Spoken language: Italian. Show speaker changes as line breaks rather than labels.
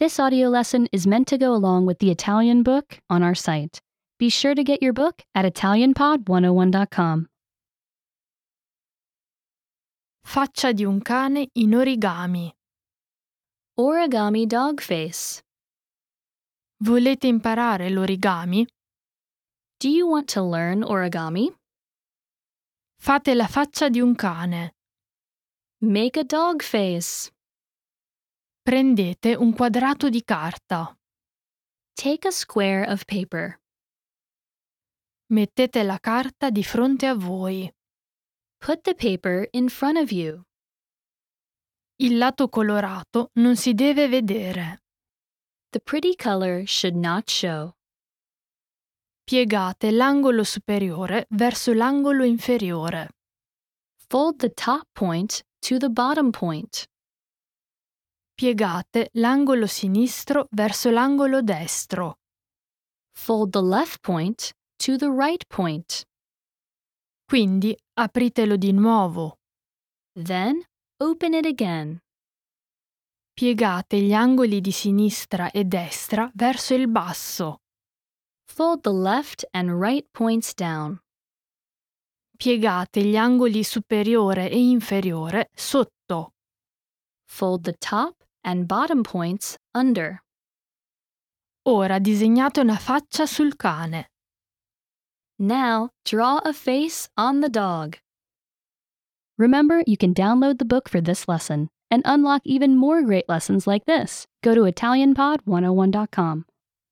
This audio lesson is meant to go along with the Italian book on our site. Be sure to get your book at ItalianPod101.com.
Faccia di un cane in origami.
Origami Dog Face.
Volete imparare l'origami?
Do you want to learn origami?
Fate la faccia di un cane.
Make a dog face.
Prendete un quadrato di carta.
Take a square of paper.
Mettete la carta di fronte a voi.
Put the paper in front of you.
Il lato colorato non si deve vedere.
The pretty color should not show.
Piegate l'angolo superiore verso l'angolo inferiore.
Fold the top point to the bottom point.
Piegate l'angolo sinistro verso l'angolo destro.
Fold the left point to the right point.
Quindi apritelo di nuovo.
Then open it again.
Piegate gli angoli di sinistra e destra verso il basso.
Fold the left and right points down.
Piegate gli angoli superiore e inferiore sotto.
Fold the top and bottom points under.
Ora disegnate una faccia sul cane.
Now, draw a face on the dog. Remember, you can download the book for this oh lesson and unlock even more great lessons like this. Go to ItalianPod101.com.